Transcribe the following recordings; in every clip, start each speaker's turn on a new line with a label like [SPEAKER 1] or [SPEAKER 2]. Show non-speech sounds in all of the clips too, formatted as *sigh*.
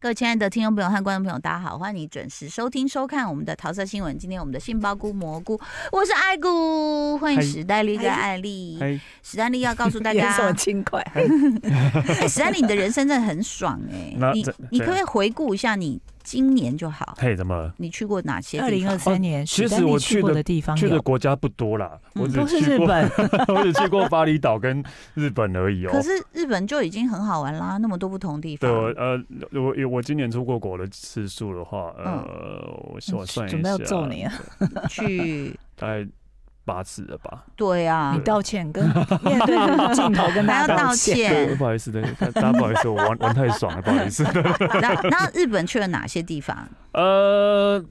[SPEAKER 1] 各位亲爱的听众朋友和观众朋友，大家好，欢迎你准时收听收看我们的桃色新闻。今天我们的杏鲍菇蘑菇，我是爱菇，欢迎
[SPEAKER 2] 嗨
[SPEAKER 1] 史黛丽跟艾丽。
[SPEAKER 2] 哎，
[SPEAKER 1] 史丹利要告诉大家
[SPEAKER 3] *laughs* 演，什么轻快？啊
[SPEAKER 1] 哎，史丹利，你的人生真的很爽哎、
[SPEAKER 2] 那
[SPEAKER 1] 你
[SPEAKER 2] 这
[SPEAKER 1] 你
[SPEAKER 2] 这
[SPEAKER 1] 可不可以回顾一下你今年就好？
[SPEAKER 2] 嘿，怎么了？
[SPEAKER 1] 你去过哪些地
[SPEAKER 3] 二
[SPEAKER 1] 方？
[SPEAKER 3] 零二三年，
[SPEAKER 2] 哦其实
[SPEAKER 3] 史丹利
[SPEAKER 2] 我
[SPEAKER 3] 去
[SPEAKER 2] 去
[SPEAKER 3] 过
[SPEAKER 2] 的
[SPEAKER 3] 的地方
[SPEAKER 2] 去的
[SPEAKER 3] 有
[SPEAKER 2] 国家不多啦，
[SPEAKER 1] 嗯
[SPEAKER 2] 我只
[SPEAKER 3] 都是
[SPEAKER 2] 去
[SPEAKER 3] 日
[SPEAKER 2] 过， *laughs*
[SPEAKER 3] 本，
[SPEAKER 2] 我只去过巴厘岛跟日本而已哦。
[SPEAKER 1] 可是日本就已经很好玩啦，那么多不同地
[SPEAKER 2] 对
[SPEAKER 1] 方。
[SPEAKER 2] 我呃，我我今年出过国的次数的话，呃，我我算一下，
[SPEAKER 3] 嗯准备要揍你啊了，
[SPEAKER 1] 去，
[SPEAKER 2] 大概八次了吧。
[SPEAKER 1] 对啊
[SPEAKER 3] 你，道歉，跟面对 *laughs* 着镜头跟
[SPEAKER 1] 还要
[SPEAKER 3] *laughs* 大家
[SPEAKER 1] 道
[SPEAKER 3] 道歉。
[SPEAKER 2] 对， *laughs*
[SPEAKER 1] 歉。
[SPEAKER 2] 不好意思，对，大大家不好意思，我玩玩太爽了，不好意
[SPEAKER 3] *laughs*
[SPEAKER 2] 思。
[SPEAKER 1] 然后，那日本去了哪些地方？
[SPEAKER 2] 呃，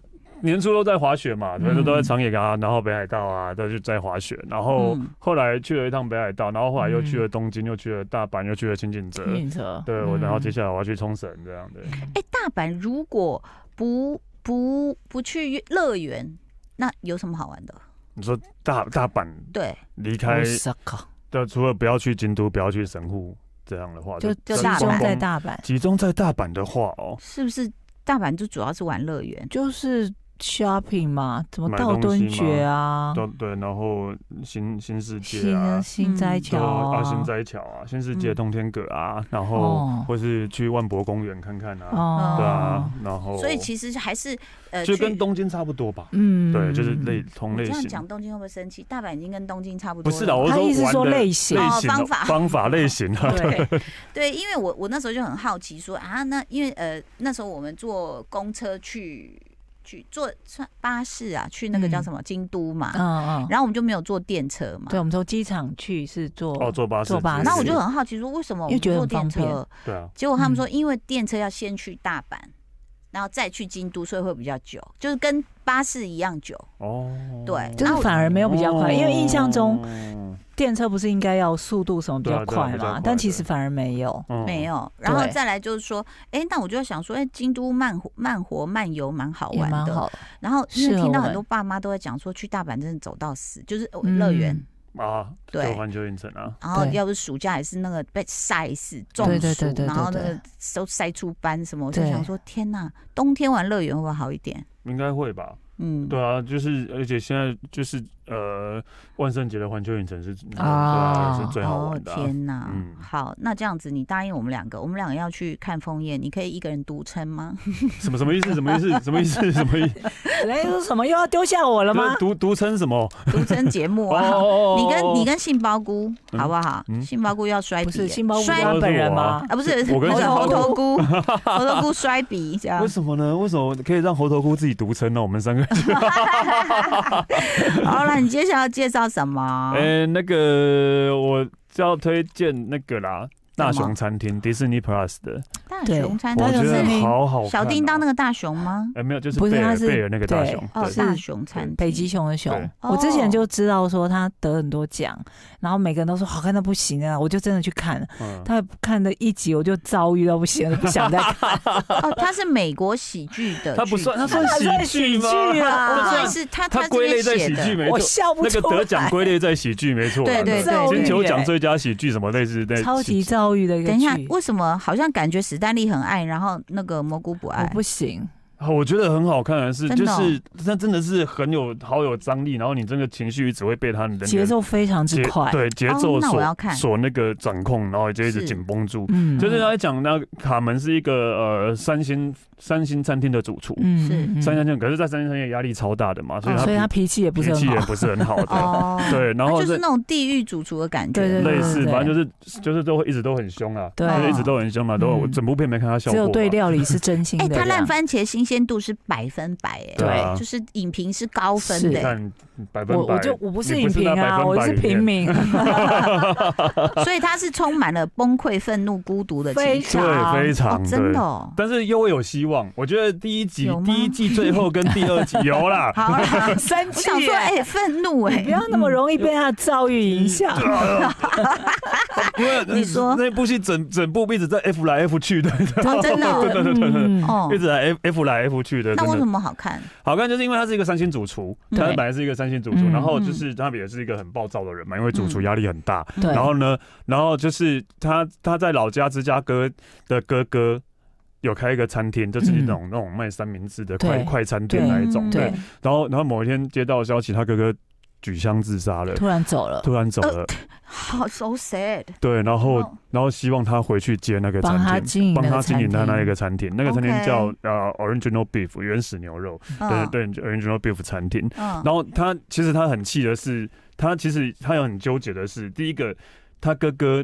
[SPEAKER 2] 年初都在滑雪嘛，对，
[SPEAKER 3] 嗯
[SPEAKER 2] 都在长野啊，然后北海道啊，都是在滑雪。然后
[SPEAKER 1] 嗯
[SPEAKER 2] 后来去了一趟北海道，然后后来又去了
[SPEAKER 3] 嗯
[SPEAKER 2] 东京，又去了大阪，又去了青井泽。
[SPEAKER 3] 运
[SPEAKER 2] *laughs*
[SPEAKER 3] 车，
[SPEAKER 2] 对，我
[SPEAKER 3] 嗯
[SPEAKER 2] 然后接下来我要去冲绳这样的。
[SPEAKER 1] 哎，大阪如果不不不去乐园，那有什么好玩的？
[SPEAKER 2] 你说大大阪
[SPEAKER 1] 对，
[SPEAKER 2] 离开，
[SPEAKER 3] Osaka
[SPEAKER 2] 的除了不要去京都，不要去神户这样的话，
[SPEAKER 3] 就
[SPEAKER 1] 就
[SPEAKER 3] 集
[SPEAKER 1] 大
[SPEAKER 3] 中
[SPEAKER 1] 阪
[SPEAKER 3] 在大阪，
[SPEAKER 2] 集中在大阪的话哦，
[SPEAKER 1] 是不是大阪就主要是玩乐园？
[SPEAKER 3] 就是 shopping 嘛，怎么
[SPEAKER 2] 买
[SPEAKER 3] 道
[SPEAKER 2] 东西
[SPEAKER 3] 敦爵
[SPEAKER 1] 哦
[SPEAKER 3] 啊，
[SPEAKER 2] 对对，然后新新世界啊
[SPEAKER 3] 新。新斋桥
[SPEAKER 2] 然后啊，新
[SPEAKER 3] 啊，
[SPEAKER 2] 斋桥啊，新世界
[SPEAKER 3] 嗯
[SPEAKER 2] 通天阁啊，然后
[SPEAKER 3] 哦
[SPEAKER 2] 或是去万博公园看看啊，
[SPEAKER 3] 哦
[SPEAKER 2] 对啊，，然后
[SPEAKER 1] 所以其实还是呃，
[SPEAKER 2] 就
[SPEAKER 1] 去
[SPEAKER 2] 跟东京差不多吧，
[SPEAKER 3] 嗯
[SPEAKER 2] 对，就是类同
[SPEAKER 1] 你
[SPEAKER 2] 类
[SPEAKER 1] 这样
[SPEAKER 2] 型
[SPEAKER 1] 讲，。东京会不会生气？大阪已经跟东京差不多
[SPEAKER 2] 不
[SPEAKER 1] 了。
[SPEAKER 2] 是啦，我
[SPEAKER 3] 他
[SPEAKER 2] 说
[SPEAKER 3] 意思
[SPEAKER 2] 玩
[SPEAKER 3] 说
[SPEAKER 2] 的
[SPEAKER 3] 类型
[SPEAKER 2] 类
[SPEAKER 1] 哦
[SPEAKER 2] 型的
[SPEAKER 1] 方法
[SPEAKER 2] 方法类型啊，
[SPEAKER 3] 对，
[SPEAKER 1] 对，因为我我那时候就很好奇说啊，那因为呃那时候我们坐公车去去坐算巴士啊，去那个叫什么、京都嘛，
[SPEAKER 3] 嗯嗯，
[SPEAKER 1] 然后我们就没有坐电车嘛
[SPEAKER 3] 对，。我们从机场去是坐，
[SPEAKER 2] 哦，坐巴士之
[SPEAKER 3] 坐
[SPEAKER 2] 类的，
[SPEAKER 3] 巴士
[SPEAKER 1] 那我就很好奇说为什么我
[SPEAKER 3] 因
[SPEAKER 1] 们
[SPEAKER 3] 为觉得
[SPEAKER 1] 坐
[SPEAKER 3] 很
[SPEAKER 1] 电
[SPEAKER 3] 方便
[SPEAKER 1] 车？
[SPEAKER 2] 对啊，
[SPEAKER 1] 结果
[SPEAKER 3] 嗯
[SPEAKER 1] 他们说因为电车要先去大阪，然后再去京都，所以会比较久，就是跟巴士一样久。
[SPEAKER 2] 哦，
[SPEAKER 1] 对
[SPEAKER 3] 就是反而没有比较快，因为印象中
[SPEAKER 2] 中
[SPEAKER 3] 电车不是应该要速度什么比
[SPEAKER 2] 对
[SPEAKER 3] 较
[SPEAKER 2] 啊对啊
[SPEAKER 3] 快
[SPEAKER 2] 比较快
[SPEAKER 3] 嘛，但其实反而没有，
[SPEAKER 1] 没，
[SPEAKER 2] 嗯
[SPEAKER 1] 有，然后
[SPEAKER 3] 对
[SPEAKER 1] 再来就是说，哎、那我就想说，哎、京都慢活慢活慢游蛮好
[SPEAKER 3] 也
[SPEAKER 1] 玩
[SPEAKER 3] 蛮
[SPEAKER 1] 的，
[SPEAKER 3] 好，
[SPEAKER 1] 然后因为
[SPEAKER 3] 是哦
[SPEAKER 1] 听到
[SPEAKER 3] 我
[SPEAKER 1] 很
[SPEAKER 3] 们
[SPEAKER 1] 多爸妈都在讲说，去大阪真的走到死，就是呃乐园，
[SPEAKER 3] 嗯
[SPEAKER 2] 啊，
[SPEAKER 1] 对
[SPEAKER 2] 就环球影城啊，
[SPEAKER 1] 然后
[SPEAKER 3] 对
[SPEAKER 1] 要不暑假也是那个被晒死中暑，
[SPEAKER 3] 对对对对对
[SPEAKER 1] 然后那
[SPEAKER 3] 对
[SPEAKER 1] 个都晒出斑什么，我就
[SPEAKER 3] 对
[SPEAKER 1] 想说，天呐，冬天玩乐园会不会好一点？
[SPEAKER 2] 应该会吧？
[SPEAKER 1] 嗯，
[SPEAKER 2] 对啊，就是而且现在就是呃，万圣节的环球影城是对
[SPEAKER 3] 啊
[SPEAKER 2] 啊是最好
[SPEAKER 1] 哦
[SPEAKER 2] 玩的啊，
[SPEAKER 1] 天呐，
[SPEAKER 2] 嗯
[SPEAKER 1] 好，那这样子你答应我们两个，我们两个要去看枫叶，你可以一个人独撑
[SPEAKER 2] *laughs*
[SPEAKER 1] 吗？
[SPEAKER 2] 什么什么意思？什么意
[SPEAKER 3] *laughs*
[SPEAKER 2] 思？什么意思？什么意思？
[SPEAKER 3] 哎，说什么又要丢下我了吗？
[SPEAKER 2] 独独撑什么？
[SPEAKER 1] 独撑节目啊，
[SPEAKER 2] 哦
[SPEAKER 1] 你跟你跟杏鲍菇
[SPEAKER 2] 嗯
[SPEAKER 1] 好不好？
[SPEAKER 2] 嗯
[SPEAKER 1] 杏鲍菇要摔
[SPEAKER 3] 不
[SPEAKER 1] 笔耶，
[SPEAKER 3] 是杏鲍菇
[SPEAKER 1] 摔
[SPEAKER 2] 要
[SPEAKER 3] 他本人吗？
[SPEAKER 1] 啊，不是，
[SPEAKER 2] 我跟
[SPEAKER 1] 那个
[SPEAKER 3] 杏鲍
[SPEAKER 1] 猴
[SPEAKER 3] 菇
[SPEAKER 1] 头
[SPEAKER 2] *laughs*
[SPEAKER 1] 菇，猴头菇摔笔这样
[SPEAKER 2] 为。什么呢？为什么可以让猴头菇自己独撑呢？我们三
[SPEAKER 3] 啊
[SPEAKER 2] *laughs* 个，
[SPEAKER 1] 好了，你接下来要介绍什么？
[SPEAKER 2] 呃，那个我就要推荐那个啦，大
[SPEAKER 1] 什么
[SPEAKER 2] 熊餐厅，迪士尼 Plus 的，
[SPEAKER 1] 大
[SPEAKER 3] 对
[SPEAKER 1] 熊餐
[SPEAKER 3] 啊大
[SPEAKER 2] 我
[SPEAKER 1] 厅
[SPEAKER 2] 觉
[SPEAKER 3] 熊餐
[SPEAKER 2] 得
[SPEAKER 3] 厅
[SPEAKER 2] 好好看哦。
[SPEAKER 1] 小叮当那个大熊吗？
[SPEAKER 2] 哎，没有，就是
[SPEAKER 3] 不是
[SPEAKER 2] 贝
[SPEAKER 3] 它
[SPEAKER 2] 尔
[SPEAKER 3] 是
[SPEAKER 2] 贝尔那个大
[SPEAKER 3] 对
[SPEAKER 2] 熊，
[SPEAKER 1] 哦，
[SPEAKER 2] 对
[SPEAKER 1] 大熊餐厅
[SPEAKER 3] 北极熊的熊
[SPEAKER 2] 对，
[SPEAKER 1] 哦
[SPEAKER 3] 我之前就知道说他得很多奖，然后每个人都说好看到不行啊，我就真的去看了，
[SPEAKER 2] 嗯
[SPEAKER 3] 他看了一集我就遭遇到不行了，不想再
[SPEAKER 2] *laughs*
[SPEAKER 3] 看。
[SPEAKER 1] 哦，它是美国喜剧的剧集，
[SPEAKER 2] 它不算，它算
[SPEAKER 3] 它算
[SPEAKER 2] 喜剧
[SPEAKER 3] 喜
[SPEAKER 2] 吗？
[SPEAKER 3] 剧啊
[SPEAKER 1] 哦，
[SPEAKER 2] 它
[SPEAKER 1] 所
[SPEAKER 2] 算
[SPEAKER 1] 以是它
[SPEAKER 2] 它
[SPEAKER 1] 这
[SPEAKER 2] 归类
[SPEAKER 1] 边
[SPEAKER 2] 在
[SPEAKER 1] 写
[SPEAKER 2] 喜剧，
[SPEAKER 1] 的，
[SPEAKER 2] 没
[SPEAKER 3] 我
[SPEAKER 2] 错。
[SPEAKER 3] 笑不
[SPEAKER 2] 那
[SPEAKER 3] 出
[SPEAKER 2] 个
[SPEAKER 3] 来，
[SPEAKER 2] 得奖归类在喜剧，没错啊。
[SPEAKER 1] 对对对
[SPEAKER 2] 金球奖
[SPEAKER 3] 对
[SPEAKER 2] 最佳喜剧什么类似的，
[SPEAKER 3] 超级遭遇的一个
[SPEAKER 1] 等一下，
[SPEAKER 3] 剧，
[SPEAKER 1] 为什么好像感觉史丹利很爱，然后那个蘑菇不
[SPEAKER 3] 我
[SPEAKER 1] 爱？
[SPEAKER 3] 不行，
[SPEAKER 2] 啊，我觉得很好看的是，
[SPEAKER 1] 真
[SPEAKER 2] 就
[SPEAKER 1] 的哦
[SPEAKER 2] 是它真的是很有好有张力，然后你这个情绪只会被它的
[SPEAKER 3] 节奏非常之
[SPEAKER 2] 节
[SPEAKER 3] 快，
[SPEAKER 2] 对节
[SPEAKER 1] 哦
[SPEAKER 2] 奏
[SPEAKER 1] 那我
[SPEAKER 2] 所、
[SPEAKER 1] 要看
[SPEAKER 2] 所那个掌控，然后就一直
[SPEAKER 1] 是
[SPEAKER 2] 紧绷住。
[SPEAKER 3] 嗯，
[SPEAKER 2] 就是他讲那个卡门是一个呃三星三星餐厅的主厨，
[SPEAKER 3] 嗯
[SPEAKER 1] 是
[SPEAKER 3] 嗯
[SPEAKER 2] 三星餐厅，可是，在三星餐厅压力超大的嘛，所以
[SPEAKER 3] 哦
[SPEAKER 2] 他
[SPEAKER 3] 所以他
[SPEAKER 2] 脾
[SPEAKER 3] 脾气也不是
[SPEAKER 2] 脾气
[SPEAKER 3] 很
[SPEAKER 2] 也
[SPEAKER 3] 好，
[SPEAKER 2] 不是很好的，
[SPEAKER 1] 哦，
[SPEAKER 2] *laughs* 对，然
[SPEAKER 1] 它
[SPEAKER 2] 后
[SPEAKER 1] 就是
[SPEAKER 2] 是
[SPEAKER 1] 那种地狱主厨的感觉，
[SPEAKER 3] 对对
[SPEAKER 2] 类
[SPEAKER 3] 对
[SPEAKER 2] 似，
[SPEAKER 3] 对
[SPEAKER 2] 反正就是就是都会一直都很凶啊，
[SPEAKER 3] 对
[SPEAKER 2] 就是一直都很凶嘛，都我
[SPEAKER 3] 嗯
[SPEAKER 2] 整部片没看他笑
[SPEAKER 3] 只
[SPEAKER 2] 过
[SPEAKER 3] 有
[SPEAKER 2] 嘛，
[SPEAKER 3] 对料理是真心
[SPEAKER 1] 哎、
[SPEAKER 3] 的这
[SPEAKER 1] 它
[SPEAKER 3] 样。
[SPEAKER 1] 烂番茄新鲜度是百分百、哎，
[SPEAKER 2] 对啊
[SPEAKER 1] 就是影评是高分
[SPEAKER 3] 是
[SPEAKER 1] 的、
[SPEAKER 2] 你看百分
[SPEAKER 3] 我
[SPEAKER 2] 百，
[SPEAKER 3] 我就我不是
[SPEAKER 2] 你不
[SPEAKER 3] 影
[SPEAKER 2] 是
[SPEAKER 3] 评
[SPEAKER 2] 那
[SPEAKER 3] 啊，我是
[SPEAKER 2] 100%里面
[SPEAKER 3] 平民， *laughs*
[SPEAKER 1] 所以它是充满了崩溃、愤怒、孤独的情
[SPEAKER 3] 非
[SPEAKER 1] 绪。
[SPEAKER 3] 常
[SPEAKER 2] 对，非常
[SPEAKER 1] 哦，真
[SPEAKER 2] 对
[SPEAKER 1] 的、哦。
[SPEAKER 2] 但是又会有希望。我觉得第一集
[SPEAKER 1] 有、吗
[SPEAKER 2] 第一季最后跟第
[SPEAKER 1] *laughs*
[SPEAKER 2] 二集有啦。
[SPEAKER 1] 好啦，
[SPEAKER 3] 生
[SPEAKER 1] 我
[SPEAKER 3] 气耶。
[SPEAKER 1] 想说，哎、愤怒、哎，
[SPEAKER 3] *laughs* 不要那
[SPEAKER 2] 嗯
[SPEAKER 3] 么容易被他的遭遇影响。
[SPEAKER 2] 因为呃
[SPEAKER 1] 你说
[SPEAKER 2] 那部戏整整部一直在 F 来 F 去的，
[SPEAKER 1] 哦真的哦
[SPEAKER 2] 对对对对对，
[SPEAKER 3] 嗯
[SPEAKER 1] 哦
[SPEAKER 2] *laughs* 一，直来 F F 来 F 去的。
[SPEAKER 1] 那
[SPEAKER 2] 真
[SPEAKER 1] 为
[SPEAKER 2] 的
[SPEAKER 1] 什么好看？
[SPEAKER 2] 好看，就是因为他是一个三星主厨，
[SPEAKER 1] 对
[SPEAKER 2] 他本来是一个三星主厨，
[SPEAKER 3] 嗯
[SPEAKER 2] 然后就是他也是一个很暴躁的人嘛，因为主
[SPEAKER 1] 嗯
[SPEAKER 2] 厨压力很大。
[SPEAKER 3] 对
[SPEAKER 2] 然后呢，然后就是他他在老家芝加哥的哥哥。有开一个餐厅，就是那种、
[SPEAKER 3] 嗯
[SPEAKER 2] 那种卖三明治的
[SPEAKER 3] 对
[SPEAKER 2] 快快餐店
[SPEAKER 3] 对
[SPEAKER 2] 那一
[SPEAKER 1] 嗯
[SPEAKER 2] 种。
[SPEAKER 3] 对，嗯
[SPEAKER 2] 然后然后某一天接到消息，他哥哥举枪自杀了，
[SPEAKER 3] 突呃然走了，
[SPEAKER 2] 突然走了。
[SPEAKER 1] 好 so sad。
[SPEAKER 2] 对，然后
[SPEAKER 1] 哦
[SPEAKER 2] 然后希望他回去接那个
[SPEAKER 3] 帮他
[SPEAKER 2] 餐厅。
[SPEAKER 3] 经营
[SPEAKER 2] 帮
[SPEAKER 3] 那
[SPEAKER 2] 他
[SPEAKER 3] 个
[SPEAKER 2] 经
[SPEAKER 3] 餐
[SPEAKER 2] 营
[SPEAKER 3] 厅，
[SPEAKER 2] 他那一个餐厅，那个餐厅
[SPEAKER 1] OK
[SPEAKER 2] 叫呃 Original Beef 原始牛肉，对
[SPEAKER 1] 嗯
[SPEAKER 2] 对，Original Beef 餐厅。
[SPEAKER 1] 嗯
[SPEAKER 2] 然后他其实他很气的是，他其实他有很纠结的是，第一个，他哥哥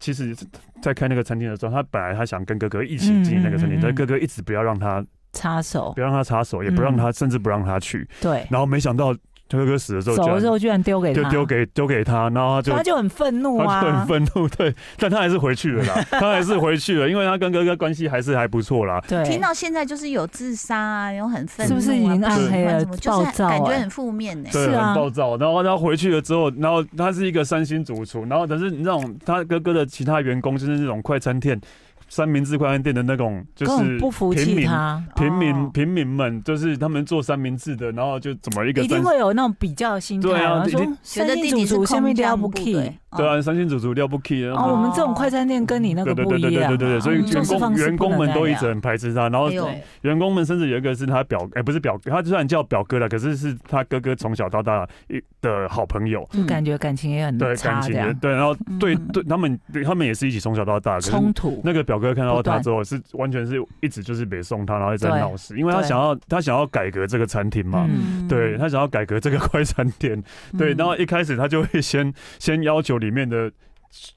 [SPEAKER 2] 其实，在开那个餐厅的时候，他本来他想跟哥哥一起经营那个餐厅，
[SPEAKER 3] 嗯嗯嗯
[SPEAKER 2] 但哥哥一直不要让他
[SPEAKER 3] 插手
[SPEAKER 2] 不，要让他插手，也不让他、甚至不让他去。
[SPEAKER 3] 对，
[SPEAKER 2] 然后没想到他哥哥死了之后，
[SPEAKER 3] 走
[SPEAKER 2] 居
[SPEAKER 3] 了
[SPEAKER 2] 然
[SPEAKER 3] 之后居然丢给
[SPEAKER 2] 就
[SPEAKER 3] 他，
[SPEAKER 2] 丢给丢给他，然后他就
[SPEAKER 3] 他就很愤怒
[SPEAKER 2] 他
[SPEAKER 3] 啊，
[SPEAKER 2] 就很愤怒，对，但他还是回去了
[SPEAKER 3] *laughs*
[SPEAKER 2] 啦，他还是回去了，因为他跟哥哥关系还是还不错啦。
[SPEAKER 3] 对，
[SPEAKER 1] 听到现在就是有自杀啊，有很愤怒、啊，
[SPEAKER 3] 是不是已经暗黑了
[SPEAKER 1] 不喜欢什么就是
[SPEAKER 3] 暴躁
[SPEAKER 1] 感觉
[SPEAKER 3] 哎
[SPEAKER 1] 很负面呢、
[SPEAKER 2] 对，
[SPEAKER 3] 是啊
[SPEAKER 2] 很暴躁。然后他回去了之后，然后他是一个三星主厨，然后但是你那种他哥哥的其他员工就是那种快餐店、三明治快餐店的那种，就
[SPEAKER 3] 根
[SPEAKER 2] 是
[SPEAKER 3] 本不服
[SPEAKER 2] 平
[SPEAKER 3] 气
[SPEAKER 2] 民
[SPEAKER 3] 他，
[SPEAKER 2] 平
[SPEAKER 1] 哦
[SPEAKER 2] 民平民们，就是他们做三明治的，然后就怎么一个
[SPEAKER 3] 一
[SPEAKER 2] 三
[SPEAKER 3] 定会有那种比较心态，
[SPEAKER 2] 对啊
[SPEAKER 3] 然后
[SPEAKER 2] 一定
[SPEAKER 1] 觉
[SPEAKER 3] 说三
[SPEAKER 1] 得
[SPEAKER 3] 星
[SPEAKER 1] 弟
[SPEAKER 3] 主
[SPEAKER 1] 弟是
[SPEAKER 3] 厨下
[SPEAKER 1] 空
[SPEAKER 3] 面都要
[SPEAKER 1] 降
[SPEAKER 3] 不
[SPEAKER 1] 部
[SPEAKER 3] key，
[SPEAKER 1] 队，哦
[SPEAKER 2] 对啊，三星主厨料不起，然
[SPEAKER 3] 哦，
[SPEAKER 2] 后
[SPEAKER 3] 我们这种快餐店跟你那
[SPEAKER 2] 对对
[SPEAKER 3] 个不
[SPEAKER 2] 对对
[SPEAKER 3] 一样啊，
[SPEAKER 2] 对对对，所以
[SPEAKER 1] 嗯
[SPEAKER 2] 员
[SPEAKER 3] 做事方
[SPEAKER 2] 工
[SPEAKER 3] 式
[SPEAKER 2] 员工
[SPEAKER 3] 不
[SPEAKER 2] 们
[SPEAKER 3] 能
[SPEAKER 2] 都
[SPEAKER 3] 那
[SPEAKER 2] 一
[SPEAKER 3] 样
[SPEAKER 2] 直很排斥他，然后
[SPEAKER 1] 哎呦
[SPEAKER 3] 对
[SPEAKER 2] 员工们甚至有一个是他表，哎，不是表哥，他虽然叫表哥了，可是是他哥哥从小到大一的好朋友，
[SPEAKER 3] 就感觉感情也很
[SPEAKER 2] 嗯对感
[SPEAKER 3] 差，
[SPEAKER 2] 情
[SPEAKER 3] 这
[SPEAKER 2] 也
[SPEAKER 3] 样
[SPEAKER 2] 对，然后对
[SPEAKER 1] 嗯
[SPEAKER 2] 对，他们对他们也是一起从小到大，可是
[SPEAKER 3] 冲突，
[SPEAKER 2] 那个表哥看到
[SPEAKER 3] 不
[SPEAKER 2] 他
[SPEAKER 3] 断
[SPEAKER 2] 之后是完全是一直就是北送他，然后一直在
[SPEAKER 3] 对
[SPEAKER 2] 闹事，因为他
[SPEAKER 3] 对
[SPEAKER 2] 想要他想要改革这个餐厅嘛。
[SPEAKER 3] 嗯
[SPEAKER 2] 对他想要改革这个快餐店，
[SPEAKER 1] 嗯
[SPEAKER 2] 对，然后一开始他就会先先要求里面的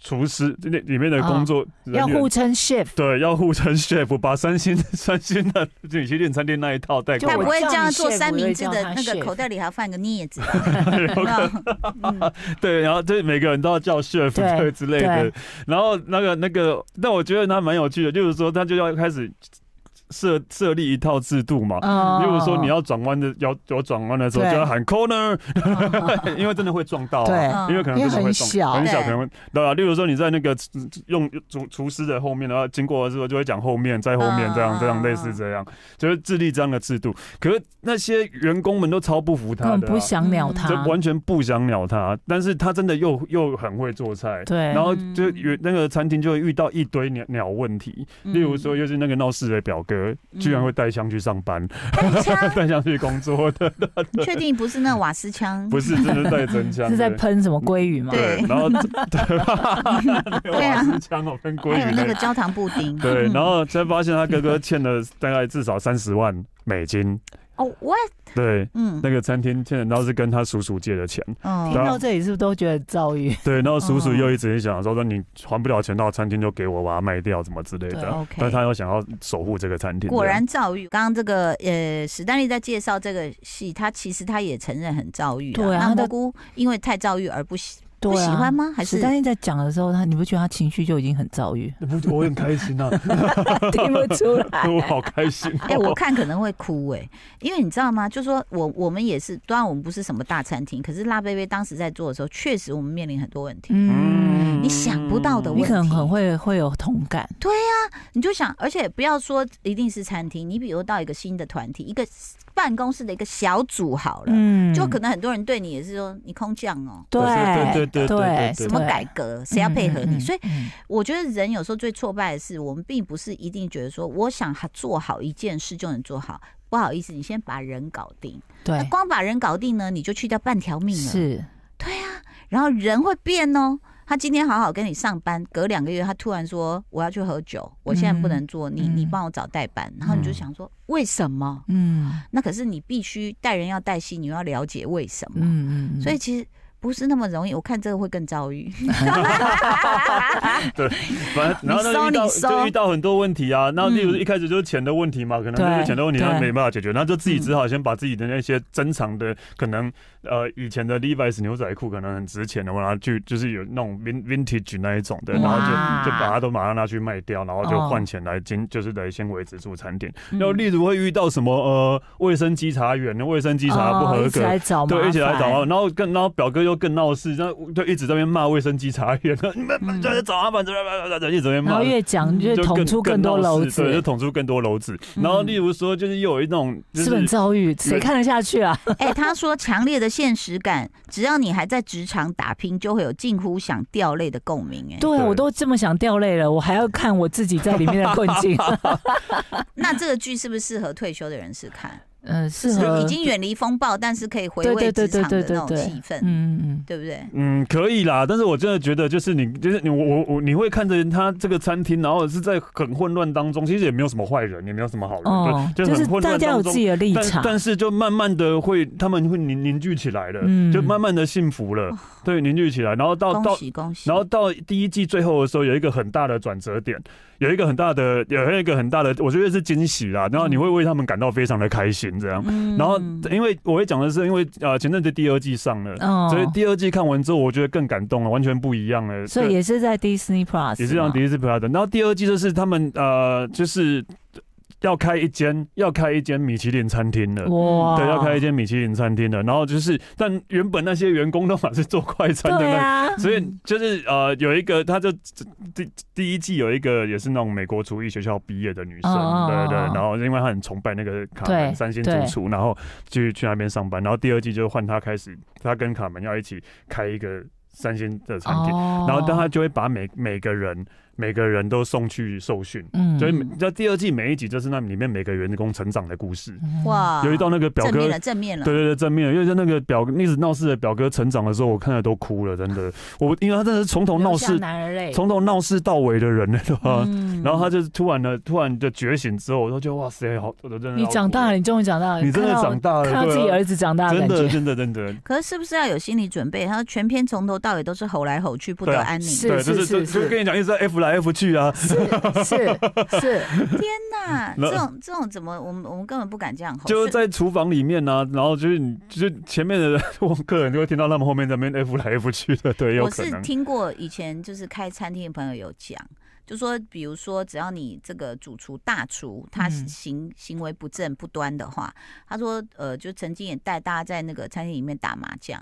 [SPEAKER 2] 厨师，那里面的工作人
[SPEAKER 3] 哦要
[SPEAKER 2] 员、
[SPEAKER 3] 互称 shift，
[SPEAKER 2] 对要互称 chef，把三星三星的米其林餐厅那一套带过
[SPEAKER 1] 但不
[SPEAKER 3] 就
[SPEAKER 2] 来，
[SPEAKER 1] 会 *laughs*
[SPEAKER 3] 叫
[SPEAKER 1] 这样
[SPEAKER 3] 你
[SPEAKER 1] 做
[SPEAKER 3] chef，
[SPEAKER 1] 三
[SPEAKER 3] 我
[SPEAKER 1] 明
[SPEAKER 3] 会
[SPEAKER 1] 治
[SPEAKER 3] 叫
[SPEAKER 1] 的
[SPEAKER 3] 他
[SPEAKER 1] 那个
[SPEAKER 3] chef
[SPEAKER 1] 口袋里还放个镊
[SPEAKER 2] *laughs*
[SPEAKER 1] 子吧，
[SPEAKER 2] 有可 *laughs*
[SPEAKER 1] 有没
[SPEAKER 2] 能
[SPEAKER 1] 有嗯
[SPEAKER 2] 对，然后对每个人都要叫 chef
[SPEAKER 3] 对
[SPEAKER 2] 对之类的
[SPEAKER 3] 对，
[SPEAKER 2] 然后那个那个，但我觉得他蛮有趣的，就是说他就要开始设设立一套制度嘛，
[SPEAKER 3] 嗯
[SPEAKER 2] 例啊如
[SPEAKER 1] 哦
[SPEAKER 2] 说你要转弯的，要有转弯的时候
[SPEAKER 3] 对
[SPEAKER 2] 就要喊 corner，因为
[SPEAKER 1] 嗯
[SPEAKER 2] 真的会撞到、
[SPEAKER 3] 对
[SPEAKER 2] 啊。因为可能真的
[SPEAKER 3] 因
[SPEAKER 2] 会
[SPEAKER 3] 为很
[SPEAKER 2] 撞
[SPEAKER 3] 小
[SPEAKER 2] 很小
[SPEAKER 1] 对
[SPEAKER 2] 可能会对啊。例如说你在那个嗯用厨厨师的后面，然后经过的时候就会讲后面，在后面这样这样类似这样，就是致力这样的制度。可是那些员工们都超不服
[SPEAKER 3] 根
[SPEAKER 2] 他
[SPEAKER 3] 本
[SPEAKER 2] 的、啊
[SPEAKER 3] 不，想鸟
[SPEAKER 2] 就
[SPEAKER 3] 他，
[SPEAKER 2] 完全不想鸟他。但是他真的又又很会做菜，
[SPEAKER 3] 对
[SPEAKER 2] 然，后就有那个餐厅就会遇到一堆鸟鸟问题，
[SPEAKER 1] 嗯
[SPEAKER 2] 例如说，又是那个闹事的表哥，居然会带枪去上班， *laughs*
[SPEAKER 1] 带枪
[SPEAKER 2] 带枪去工作
[SPEAKER 1] *laughs*
[SPEAKER 2] 的，
[SPEAKER 1] 你确定不是那瓦斯枪？
[SPEAKER 2] 不是真的带真枪的，
[SPEAKER 3] 是在喷什么鲑鱼吗？
[SPEAKER 2] 对
[SPEAKER 1] 对，
[SPEAKER 2] 然后 *laughs* 对，
[SPEAKER 1] 对
[SPEAKER 2] 瓦
[SPEAKER 1] 啊
[SPEAKER 2] 斯枪哦，跟
[SPEAKER 1] 还
[SPEAKER 2] 鲑
[SPEAKER 1] 有
[SPEAKER 2] 鱼
[SPEAKER 1] 那
[SPEAKER 2] 那
[SPEAKER 1] 个
[SPEAKER 2] 个，
[SPEAKER 1] 焦糖布丁。
[SPEAKER 2] 对，
[SPEAKER 1] 嗯
[SPEAKER 2] 然后才发现他哥哥欠了大概至少三十万美金，
[SPEAKER 1] *laughs* 哦，我
[SPEAKER 2] 对。
[SPEAKER 1] 嗯
[SPEAKER 2] 那个餐厅欠的，然后是跟他叔叔借的钱，
[SPEAKER 1] 嗯
[SPEAKER 3] 听到这里是不是都觉得遭遇？
[SPEAKER 2] 对，然后叔叔
[SPEAKER 1] 哦
[SPEAKER 2] 又一直想说，那你还不了钱，到餐厅就给我，把它卖掉，怎么之类
[SPEAKER 3] 对
[SPEAKER 2] 的。但
[SPEAKER 1] ，OK。
[SPEAKER 2] 他又想要守护这个餐厅，，
[SPEAKER 1] 果然躁郁。刚刚这个呃，史丹利在介绍这个戏，他其实他也承认很躁郁啊。
[SPEAKER 3] 对啊
[SPEAKER 1] 那
[SPEAKER 3] 他的
[SPEAKER 1] 蘑菇因为太躁郁而不喜
[SPEAKER 3] 对
[SPEAKER 1] *laughs* 不喜
[SPEAKER 3] 啊
[SPEAKER 1] 欢，吗？还是
[SPEAKER 3] 史丹利在讲的时候，他你不觉得他情绪就已经很遭遇
[SPEAKER 2] *laughs* 对，不我很开心啊，
[SPEAKER 3] 听不出来。
[SPEAKER 2] 我好开心哦。
[SPEAKER 1] 哎、我看可能会哭哎、因为你知道吗？就说我我们也是，当然我们不是什么大餐厅，可是辣贝贝当时在做的时候，确实我们面临很多问题。
[SPEAKER 3] 嗯，
[SPEAKER 1] 你想不到的
[SPEAKER 3] 你
[SPEAKER 1] 问
[SPEAKER 3] 可能
[SPEAKER 1] 题
[SPEAKER 3] 很会会有同感，
[SPEAKER 1] 你就想，而且不要说一定是餐厅，你比如到一个新的团体，一个办公室的一个小组好了，
[SPEAKER 3] 嗯
[SPEAKER 1] 就可能很多人对你也是说你空降哦，
[SPEAKER 3] 对
[SPEAKER 2] 对对对对对
[SPEAKER 3] 对
[SPEAKER 2] 对
[SPEAKER 3] 嗯
[SPEAKER 1] 什么改革，谁要配合你？所以
[SPEAKER 3] 以
[SPEAKER 1] 我觉得人有时候最挫败的是，我们并不是一定觉得说我想做好一件事就能做好。不好意思，你先把人搞定。那
[SPEAKER 3] 对
[SPEAKER 1] 光把人搞定呢，你就去掉半条命了。啊
[SPEAKER 3] 是
[SPEAKER 1] 然后人会变哦。他今天好好跟你上班，隔两个月他突然说我要去喝酒，我现在不能做，你你
[SPEAKER 3] 嗯
[SPEAKER 1] 帮我找代班。然后你就
[SPEAKER 2] 嗯
[SPEAKER 1] 想说为什么？
[SPEAKER 3] 嗯
[SPEAKER 1] 那可是你必须带人要带心，你要了解为什么。
[SPEAKER 3] 嗯嗯，
[SPEAKER 1] 所以其实不是那么容易，我看这个会更遭遇。 *laughs*
[SPEAKER 2] 反正然后那就遇到
[SPEAKER 1] 你收你收
[SPEAKER 2] 就遇到很多问题啊，那例如
[SPEAKER 1] 嗯
[SPEAKER 2] 一开始就是钱的问题嘛，可能
[SPEAKER 3] 对
[SPEAKER 2] 就是钱的问题，
[SPEAKER 3] 对
[SPEAKER 2] 他没办法解决，那就自己只好先把自己的那些珍藏的，可能呃以前的 Levi's 牛仔裤可能很值钱的，我拿去就是有那种 vin- vintage 那一种的，然后就
[SPEAKER 3] 哇
[SPEAKER 2] 就把它都马上拿去卖掉，然后就
[SPEAKER 3] 哦
[SPEAKER 2] 换钱来经就是来先维持住餐点。
[SPEAKER 1] 嗯
[SPEAKER 2] 然后例如会遇到什么呃卫生稽查员、卫生稽查不合
[SPEAKER 3] 哦一起
[SPEAKER 2] 格。
[SPEAKER 3] 哦来找麻
[SPEAKER 2] 对，
[SPEAKER 3] 烦
[SPEAKER 2] 一起来找啊，然后跟然后表哥又更闹事，然后就一直在那边骂卫生稽查员，你们
[SPEAKER 3] 嗯
[SPEAKER 2] 这找阿板，这一直在那边
[SPEAKER 3] 然
[SPEAKER 2] 骂
[SPEAKER 3] 后。越讲就
[SPEAKER 2] 嗯就
[SPEAKER 3] 捅出
[SPEAKER 2] 更
[SPEAKER 3] 多
[SPEAKER 2] 闹
[SPEAKER 3] 篓
[SPEAKER 2] 事对，就
[SPEAKER 3] 子，
[SPEAKER 2] 捅出更多篓子。然后，
[SPEAKER 3] 嗯
[SPEAKER 2] 例如说，就是又有一种，就
[SPEAKER 3] 资本
[SPEAKER 2] 是
[SPEAKER 3] 遭遇，谁看得下去啊？ *laughs*
[SPEAKER 1] 哎、他说强烈的现实感，只要你还在职场打拼，就会有近乎想掉泪的共鸣、哎，
[SPEAKER 3] 对
[SPEAKER 2] 对
[SPEAKER 3] 我都这么想掉泪了，我还要看我自己在里面的困
[SPEAKER 2] *laughs*
[SPEAKER 3] 境。
[SPEAKER 1] 那这个剧是不是适合退休的人士看？
[SPEAKER 3] 嗯，适
[SPEAKER 1] 是
[SPEAKER 3] 合
[SPEAKER 1] 已经远离风暴，但是可以回
[SPEAKER 3] 对
[SPEAKER 1] 味
[SPEAKER 3] 对对
[SPEAKER 1] 职
[SPEAKER 3] 对
[SPEAKER 1] 场的
[SPEAKER 3] 对
[SPEAKER 1] 那
[SPEAKER 3] 对
[SPEAKER 1] 种
[SPEAKER 3] 对，
[SPEAKER 1] 气氛，
[SPEAKER 3] 嗯嗯嗯。
[SPEAKER 1] 对不对？
[SPEAKER 2] 嗯，可以啦。但是我真的觉得，就是你，就是你，我我我，你会看着他这个餐厅，然后是在很混乱当中，其实也没有什么坏人，也没有什么好人，
[SPEAKER 3] 哦，
[SPEAKER 2] 对，
[SPEAKER 3] 就是
[SPEAKER 2] 很混
[SPEAKER 3] 大
[SPEAKER 2] 乱
[SPEAKER 3] 家有
[SPEAKER 2] 当
[SPEAKER 3] 自
[SPEAKER 2] 中。
[SPEAKER 3] 己的立
[SPEAKER 2] 但
[SPEAKER 3] 场，
[SPEAKER 2] 但是就慢慢的会，他们会凝凝聚起来了，
[SPEAKER 3] 嗯
[SPEAKER 2] 就慢慢的幸福了，
[SPEAKER 1] 哦
[SPEAKER 2] 对，凝聚起来，然后到
[SPEAKER 1] 恭
[SPEAKER 2] 到。
[SPEAKER 1] 喜恭喜！
[SPEAKER 2] 然后到第一季最后的时候，有一个很大的转折点，有一个很大的，有一个很大的，我觉得是惊喜啦。然后你会为他们感到非常的开心，这样。
[SPEAKER 1] 嗯
[SPEAKER 2] 然后，因为我会讲的是，因为呃前阵子第二季上了，
[SPEAKER 3] 哦
[SPEAKER 2] 所以第二季看完之后，我觉得更感动了，完全不一样了。
[SPEAKER 3] 所以
[SPEAKER 2] 对
[SPEAKER 3] 也是哦在 Disney Plus，啊
[SPEAKER 2] 也是让
[SPEAKER 3] 嘛
[SPEAKER 2] 迪士尼拍的。然后第二季就是他们呃，就是要开一间要开一间米其林餐厅了。
[SPEAKER 3] 哇，
[SPEAKER 2] 对，要开一间米其林餐厅了。然后就是，但原本那些员工都嘛是做快餐的
[SPEAKER 3] 对
[SPEAKER 2] 那
[SPEAKER 3] 啊，
[SPEAKER 2] 所以就是呃，有一个，她就第第一季有一个也是那种美国厨艺学校毕业的女生，
[SPEAKER 3] 哦
[SPEAKER 2] 对对对
[SPEAKER 3] 哦哦
[SPEAKER 2] 然后因为她很崇拜那个卡门
[SPEAKER 3] 对
[SPEAKER 2] 三星
[SPEAKER 3] 对
[SPEAKER 2] 主厨，然后去去那边上班，然后第二季就换她开始，她跟卡门要一起开一个三星的餐厅，
[SPEAKER 3] 哦
[SPEAKER 2] 然后但她就会把每每个人每个人都送去受训。
[SPEAKER 3] 嗯
[SPEAKER 2] 所以每，那第二季每一集就是那里面每个员工成长的故事，
[SPEAKER 3] 嗯，
[SPEAKER 1] 哇，
[SPEAKER 2] 有一道那个表
[SPEAKER 1] 正面
[SPEAKER 2] 哥
[SPEAKER 1] 了，正面了，
[SPEAKER 2] 对对对，正面，因为在那个表一直闹事的表哥成长的时候，我看了都哭了，真的。我因为他真的是从头闹
[SPEAKER 3] 留下
[SPEAKER 2] 事，
[SPEAKER 3] 男人泪，
[SPEAKER 2] 从头闹事到尾的人了，对吧？
[SPEAKER 3] 嗯
[SPEAKER 2] 然后他就是突然的突然的觉醒之后，我都觉得哇塞，好，我真的
[SPEAKER 3] 你
[SPEAKER 2] 好
[SPEAKER 3] 长
[SPEAKER 2] 哭
[SPEAKER 3] 大了，，你终于长大了，
[SPEAKER 2] 嗯你真的
[SPEAKER 3] 看到
[SPEAKER 2] 长大了，
[SPEAKER 3] 看到自己
[SPEAKER 2] 对啊
[SPEAKER 3] 儿子长大的
[SPEAKER 2] 真
[SPEAKER 3] 感
[SPEAKER 2] 的 *laughs*
[SPEAKER 3] 觉，
[SPEAKER 2] 真的真的，
[SPEAKER 1] 可是是不是要有心理准备？他说全篇从头到尾都是吼来吼去，不
[SPEAKER 2] 对
[SPEAKER 1] 得
[SPEAKER 2] 啊
[SPEAKER 1] 安宁。
[SPEAKER 3] 是
[SPEAKER 2] 对，就是就是
[SPEAKER 3] 是
[SPEAKER 2] 就跟你讲一直在 F 来 F 去啊，
[SPEAKER 3] 是是是，
[SPEAKER 1] 天哪，
[SPEAKER 2] 那
[SPEAKER 1] 啊这种这种怎么我们我们根本不敢这样吼？
[SPEAKER 2] 就是
[SPEAKER 1] 是
[SPEAKER 2] 在厨房里面啊，然后就是你就是前面的人客人就会听到他们后面在那边 F 来 F 去的，对，有
[SPEAKER 1] 我
[SPEAKER 2] 可
[SPEAKER 1] 是
[SPEAKER 2] 能。
[SPEAKER 1] 听过以前就是开餐厅的朋友有讲，就说比如说只要你这个主厨大厨他
[SPEAKER 3] 嗯
[SPEAKER 1] 行行为不正不端的话，他说呃就曾经也带大家在那个餐厅里面打麻将，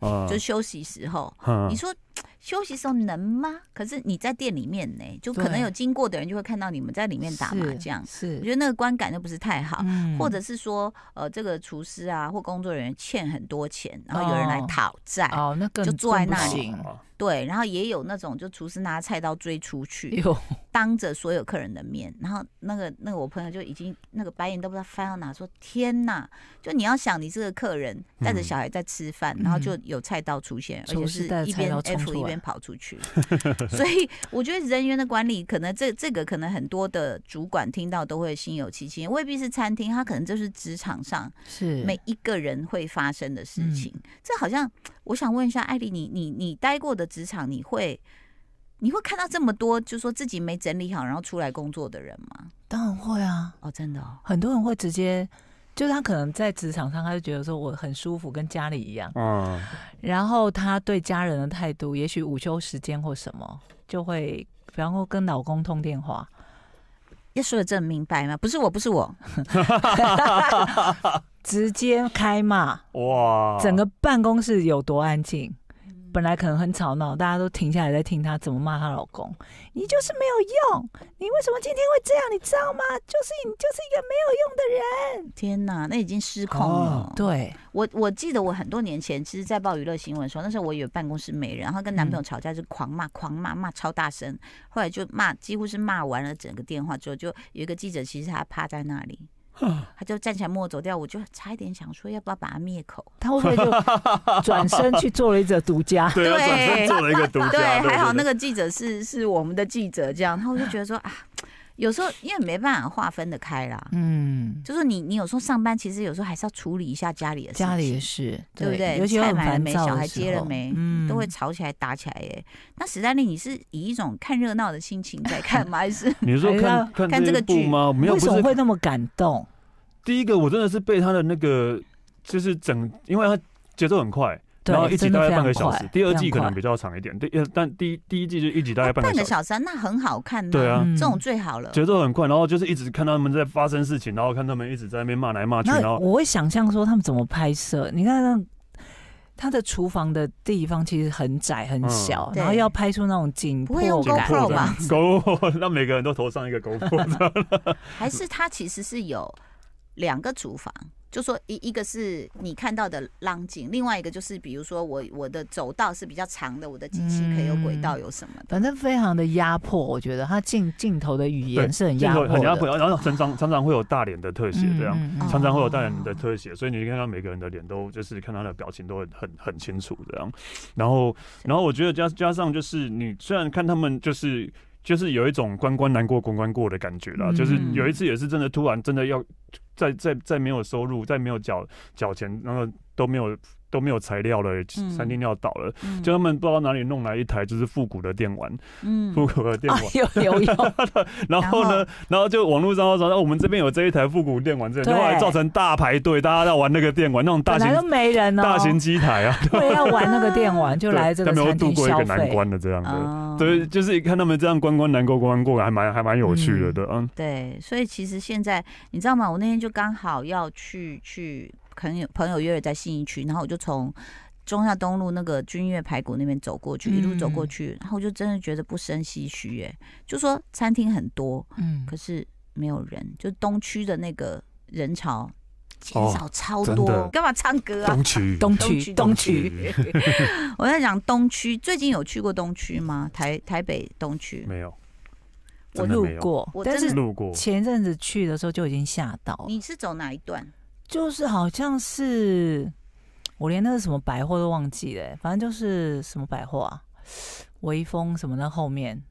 [SPEAKER 2] 啊
[SPEAKER 1] 就休息时候，
[SPEAKER 2] 嗯
[SPEAKER 1] 你说休息时候能吗？可是你在店里面呢，就可能
[SPEAKER 3] 对
[SPEAKER 1] 有经过的人就会看到你们在里面打麻将，
[SPEAKER 3] 是
[SPEAKER 1] 我觉，得那个观感就不是太好。
[SPEAKER 3] 嗯
[SPEAKER 1] 或者是说，呃，这个厨师啊或工作人员欠很多钱，然后有人来
[SPEAKER 3] 哦
[SPEAKER 1] 讨债，
[SPEAKER 3] 哦，那更
[SPEAKER 1] 就坐在那里
[SPEAKER 3] 更不行
[SPEAKER 2] 啊
[SPEAKER 1] 对，然后也有那种就厨师拿菜刀追出
[SPEAKER 2] 嗯
[SPEAKER 1] 去，
[SPEAKER 3] *laughs* 有
[SPEAKER 1] 当着所有客人的面，然后那个那个我朋友就已经那个白眼都不知道翻到哪，说天哪！就你要想你是个客人，带着
[SPEAKER 2] 嗯
[SPEAKER 1] 小孩在吃饭，然后就
[SPEAKER 3] 嗯
[SPEAKER 1] 有菜刀出现，而
[SPEAKER 3] 厨
[SPEAKER 1] 且
[SPEAKER 3] 师
[SPEAKER 1] 是
[SPEAKER 3] 带着
[SPEAKER 1] 一
[SPEAKER 3] 菜
[SPEAKER 1] 边
[SPEAKER 3] 刀冲
[SPEAKER 1] F
[SPEAKER 3] 出
[SPEAKER 1] 一
[SPEAKER 3] 来
[SPEAKER 1] 边跑出
[SPEAKER 3] *laughs*
[SPEAKER 1] 去，所以我觉得人员的管理可能这这个可能很多的主管听到都会心有戚戚，未必是餐厅，他可能就是职场上
[SPEAKER 3] 是
[SPEAKER 1] 每一个人会发生的事
[SPEAKER 3] 嗯
[SPEAKER 1] 情。这好像，我想问一下艾丽，你你你待过的职场，你会你会看到这么多，就说自己没整理好，然后出来工作的人吗？
[SPEAKER 3] 当然会啊，
[SPEAKER 1] 哦，真的哦，
[SPEAKER 3] 很多人会直接。就是他可能在职场上，他就觉得说我很舒服，跟家里一样。
[SPEAKER 2] 嗯
[SPEAKER 3] 然后他对家人的态度，也许午休时间或什么，就会比方说跟老公通
[SPEAKER 2] *laughs*
[SPEAKER 3] 电话， *laughs*
[SPEAKER 1] 要说的这么明白吗？不是我，不是我，
[SPEAKER 3] 直接开骂，
[SPEAKER 2] 哇，
[SPEAKER 3] 整个办公室有多安静。
[SPEAKER 1] 嗯
[SPEAKER 3] 本来可能很吵闹，大家都停下来在听她怎么骂她老公。你就是没有用，你为什么今天会这样？你知道吗？就是你就是一个没
[SPEAKER 1] 天哪，那已经失控
[SPEAKER 2] 哦
[SPEAKER 1] 了。
[SPEAKER 3] 对，
[SPEAKER 1] 我我记得我很多年前，其实，在报娱乐新闻的时候，那时候我有办公室没人，然后跟男朋友吵架就狂骂、狂骂、骂超大声，后来就骂，几乎是骂完了整个电话之后，就有一个记者其实他趴在那里，他就站起来默默走掉，我就差一点想说要不要把他灭口，
[SPEAKER 3] 她会不会就转身去做了一则独家？
[SPEAKER 2] *laughs* 对，他
[SPEAKER 1] 对
[SPEAKER 2] 转身做了一个独家，
[SPEAKER 1] 对，还好那
[SPEAKER 2] 个
[SPEAKER 1] 个记者是是我们的记者，这样，然后我就觉得说啊，有时候因为没办法划分得开啦，
[SPEAKER 3] 嗯，
[SPEAKER 1] 就是你你有时候上班，其实有时候还是要处理一下家里的事情，
[SPEAKER 3] 家里也是，
[SPEAKER 1] 对不对？
[SPEAKER 3] 尤其
[SPEAKER 1] 菜
[SPEAKER 3] 很
[SPEAKER 1] 买了
[SPEAKER 3] 烦
[SPEAKER 1] 没？
[SPEAKER 3] 躁的时候，
[SPEAKER 1] 小孩接了没？
[SPEAKER 3] 嗯，
[SPEAKER 1] 都会吵起来、打起来耶。那史丹利，你是以一种看热闹的心情在看吗？还是
[SPEAKER 2] 你说
[SPEAKER 3] 还是要
[SPEAKER 2] 看看
[SPEAKER 1] 看这
[SPEAKER 2] 这
[SPEAKER 1] 个
[SPEAKER 2] 一部
[SPEAKER 1] 剧
[SPEAKER 2] 吗？没有，
[SPEAKER 3] 为
[SPEAKER 2] 不
[SPEAKER 3] 什么
[SPEAKER 2] 是
[SPEAKER 3] 会那么感动？
[SPEAKER 2] 第一个，我真的是被他的那个就是整，因为他节奏很快。
[SPEAKER 3] 对
[SPEAKER 2] 然后一集
[SPEAKER 3] 真的
[SPEAKER 2] 大概
[SPEAKER 3] 非
[SPEAKER 2] 半
[SPEAKER 3] 常
[SPEAKER 2] 个小
[SPEAKER 3] 快
[SPEAKER 2] 时，第二季
[SPEAKER 3] 非常
[SPEAKER 2] 可能
[SPEAKER 3] 快
[SPEAKER 2] 比较长一点，第呃但第一第一季就一集大概
[SPEAKER 1] 哦
[SPEAKER 2] 半个小时，
[SPEAKER 1] 小时啊？那很好看呐。
[SPEAKER 2] 对啊
[SPEAKER 3] 嗯
[SPEAKER 1] 这种最好了。
[SPEAKER 2] 节奏很快，然后就是一直看他们在发生事情，然后看他们一直在那边骂来骂去，然
[SPEAKER 3] 那
[SPEAKER 2] 后
[SPEAKER 3] 我会想象说他们怎么拍摄。你看那它的厨房的地方其实很窄很小，
[SPEAKER 1] 嗯
[SPEAKER 3] 然后
[SPEAKER 1] 对
[SPEAKER 3] 要拍出那种紧
[SPEAKER 1] 不会用
[SPEAKER 3] 迫感。
[SPEAKER 1] GoPro 吧
[SPEAKER 2] *laughs* 狗，那每个人都头上一个狗 o
[SPEAKER 1] 还是它其实是有两个厨房，就说一一个是你看到的浪景，另外一个就是比如说我我的走道是比较长的，我的机器可以有轨
[SPEAKER 3] 嗯
[SPEAKER 1] 道有什么的。
[SPEAKER 3] 反正非常的压迫，我觉得它镜镜头的语言是很
[SPEAKER 2] 镜
[SPEAKER 3] 压
[SPEAKER 2] 头
[SPEAKER 3] 迫，
[SPEAKER 2] 很压迫，，然后然后常常常常会有大脸的特写这样。
[SPEAKER 3] 嗯嗯嗯
[SPEAKER 2] 常常会有大人的特写，所以你看到每个人的脸都就是看他的表情都很很很清楚这样。然后，然后我觉得加加上就是你虽然看他们就是就是有一种关关难过关关过的感觉啦，
[SPEAKER 3] 嗯
[SPEAKER 2] 就是有一次也是真的突然真的要在在在没有收入，在没有缴缴钱，然后都没有都没有材料了，
[SPEAKER 1] 嗯
[SPEAKER 2] 餐厅要倒了，
[SPEAKER 1] 嗯
[SPEAKER 2] 就他们不知道哪里弄来一台就是复古的电玩，
[SPEAKER 1] 嗯
[SPEAKER 2] 复古的电
[SPEAKER 3] 啊
[SPEAKER 2] 玩，，
[SPEAKER 3] 有有有，
[SPEAKER 2] *laughs* 然后
[SPEAKER 1] 然
[SPEAKER 2] 呢，然后就网络上说，哦，我们这边有这一台复古电玩，这
[SPEAKER 3] 对
[SPEAKER 2] 后来造成大排队，大家在玩那个电玩，那种大
[SPEAKER 3] 本来都
[SPEAKER 2] 型
[SPEAKER 3] 没人哦，
[SPEAKER 2] 大型机台
[SPEAKER 3] *laughs*
[SPEAKER 2] 啊，
[SPEAKER 3] 为了要玩那个电玩，就来这个
[SPEAKER 2] 对他们又
[SPEAKER 3] 餐
[SPEAKER 2] 度
[SPEAKER 3] 厅
[SPEAKER 2] 过一
[SPEAKER 3] 消
[SPEAKER 2] 个难
[SPEAKER 3] 费。
[SPEAKER 2] 关的这样的，
[SPEAKER 1] 哦
[SPEAKER 2] 对，就是看他们这样关关难过关关过，还蛮还蛮有趣的，
[SPEAKER 3] 嗯
[SPEAKER 2] 对，嗯，
[SPEAKER 1] 对，所以其实现在你知道吗？我那天就刚好要去去朋友朋友约了在信义区，然后我就从中山东路那个君悦排骨那边走过去，一路走过
[SPEAKER 3] 嗯
[SPEAKER 1] 去，然后我就真的觉得不胜唏嘘，哎，就说餐厅很多，
[SPEAKER 3] 嗯
[SPEAKER 1] 可是没有人，就东区的那个人潮减
[SPEAKER 2] 哦
[SPEAKER 1] 少超
[SPEAKER 2] 真
[SPEAKER 1] 多，
[SPEAKER 2] 的
[SPEAKER 1] 干嘛唱歌啊？
[SPEAKER 2] 嗯东区，
[SPEAKER 3] 东
[SPEAKER 1] 东
[SPEAKER 3] 区
[SPEAKER 1] 区
[SPEAKER 3] 东
[SPEAKER 1] 东
[SPEAKER 3] 区，
[SPEAKER 1] 我在讲东区，最近有去过东区吗？台台北东
[SPEAKER 3] *laughs*
[SPEAKER 1] 区，
[SPEAKER 2] 没有，
[SPEAKER 1] 我
[SPEAKER 2] 真的
[SPEAKER 3] 路
[SPEAKER 2] 没有
[SPEAKER 3] 过
[SPEAKER 1] 我，
[SPEAKER 3] 但
[SPEAKER 1] 真
[SPEAKER 3] 是
[SPEAKER 1] 的
[SPEAKER 2] 路过，
[SPEAKER 3] 前阵子去的时候就已经吓到了，
[SPEAKER 1] 你是走哪一段？
[SPEAKER 3] 就是好像是我连那个什么百货都忘记了、欸反正就是什么百货啊，微风什么的后面，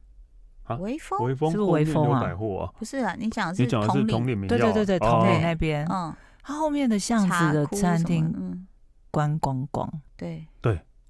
[SPEAKER 2] 啊
[SPEAKER 1] 微风？
[SPEAKER 2] 微风
[SPEAKER 3] 是不是
[SPEAKER 2] 后面
[SPEAKER 3] 微风啊
[SPEAKER 2] 有百货啊，
[SPEAKER 1] 不是啊，你讲的
[SPEAKER 2] 你
[SPEAKER 1] 是
[SPEAKER 2] 讲的是
[SPEAKER 1] 同
[SPEAKER 2] 同
[SPEAKER 1] 里，
[SPEAKER 2] 里民
[SPEAKER 3] 对
[SPEAKER 2] 耀
[SPEAKER 3] 对
[SPEAKER 2] 啊，
[SPEAKER 3] 对对，
[SPEAKER 2] 哦
[SPEAKER 3] 同里那边，
[SPEAKER 1] 嗯。
[SPEAKER 3] 它后面的巷子的餐
[SPEAKER 1] 茶
[SPEAKER 3] 厅
[SPEAKER 1] 窟什么嗯，
[SPEAKER 3] 关光光，
[SPEAKER 1] 对，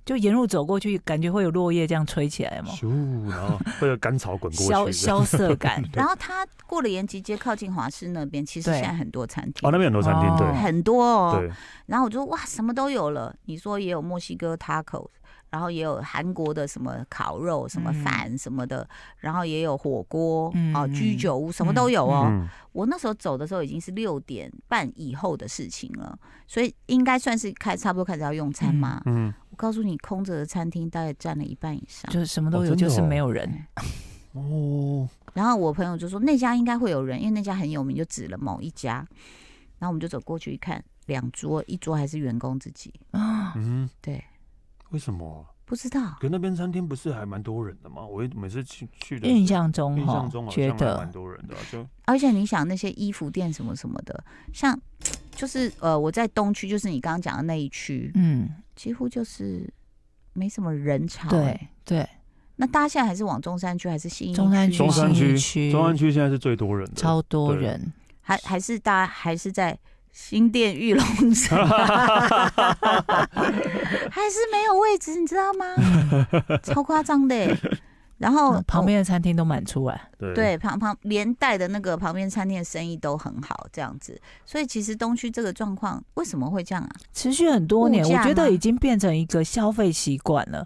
[SPEAKER 3] 就沿路走过去，感觉会有落叶这样吹起来嘛，
[SPEAKER 2] 咻，然后会有甘草滚过去
[SPEAKER 3] 萧
[SPEAKER 2] 这样，
[SPEAKER 3] 萧
[SPEAKER 2] *laughs*
[SPEAKER 3] 瑟感。
[SPEAKER 1] 然后他过了延吉街靠近华师那边，其实
[SPEAKER 3] 对
[SPEAKER 1] 现在很多餐厅
[SPEAKER 2] 哦，那。边很多餐厅，对
[SPEAKER 3] 哦
[SPEAKER 1] 很多哦，
[SPEAKER 2] 对，
[SPEAKER 1] 然后我就哇，什么都有了。你说也有墨西哥 taco，然后也有韩国的什么烤肉、什么
[SPEAKER 3] 嗯
[SPEAKER 1] 饭什么的，然后也有火锅
[SPEAKER 3] 嗯
[SPEAKER 1] 哦，居酒屋什么都有哦。
[SPEAKER 2] 嗯，
[SPEAKER 1] 我那时候走的时候已经是六点半以后的事情了，所以应该算是开差不多开始要用餐嘛。
[SPEAKER 2] 嗯，
[SPEAKER 1] 我告诉你，空着的餐厅大概占了一半以上。
[SPEAKER 3] 就是什么都有，
[SPEAKER 2] 哦真的哦
[SPEAKER 3] 就是没有人。
[SPEAKER 2] 哦，
[SPEAKER 1] 然后我朋友就说那家应该会有人，因为那家很有名，就指了某一家。然后我们就走过去一看，两桌，一桌还是员工自己，
[SPEAKER 3] 啊
[SPEAKER 2] 嗯，
[SPEAKER 1] 对，
[SPEAKER 2] 为什么啊？
[SPEAKER 1] 不知道。
[SPEAKER 2] 可那边餐厅不是还蛮多人的吗？我每次去去的
[SPEAKER 3] 印象中
[SPEAKER 2] 嗯印
[SPEAKER 3] 哈
[SPEAKER 2] 象中，好
[SPEAKER 3] 觉
[SPEAKER 2] 像还
[SPEAKER 3] 得
[SPEAKER 2] 蛮多人的啊、就
[SPEAKER 1] 而且你想那些衣服店什么什么的，像就是呃，我在东区，就是你刚刚讲的那一区，
[SPEAKER 3] 嗯，
[SPEAKER 1] 几乎就是没什么人潮。欸
[SPEAKER 3] 对，对，
[SPEAKER 1] 那大家现在还是往中山区还是信义
[SPEAKER 3] 中山区、
[SPEAKER 2] 中山
[SPEAKER 3] 信义
[SPEAKER 2] 区
[SPEAKER 3] 区、
[SPEAKER 2] 中山区现在是最多人的，
[SPEAKER 3] 超多
[SPEAKER 2] 对
[SPEAKER 3] 人。
[SPEAKER 1] 还还是大家还是在新店玉龙城， *laughs* 还是没有位置，你知道
[SPEAKER 3] *laughs*
[SPEAKER 1] 吗？超夸张的欸。然后
[SPEAKER 3] 嗯旁边的餐厅都满出来，
[SPEAKER 2] 对
[SPEAKER 1] 对，旁旁连带的那个旁边餐厅的生意都很好，这样子。所以其实东区这个状况为什么会这样啊？
[SPEAKER 3] 持续很多年，
[SPEAKER 1] 物价
[SPEAKER 3] 我觉
[SPEAKER 1] 吗
[SPEAKER 3] 得已经变成一个消费习惯了。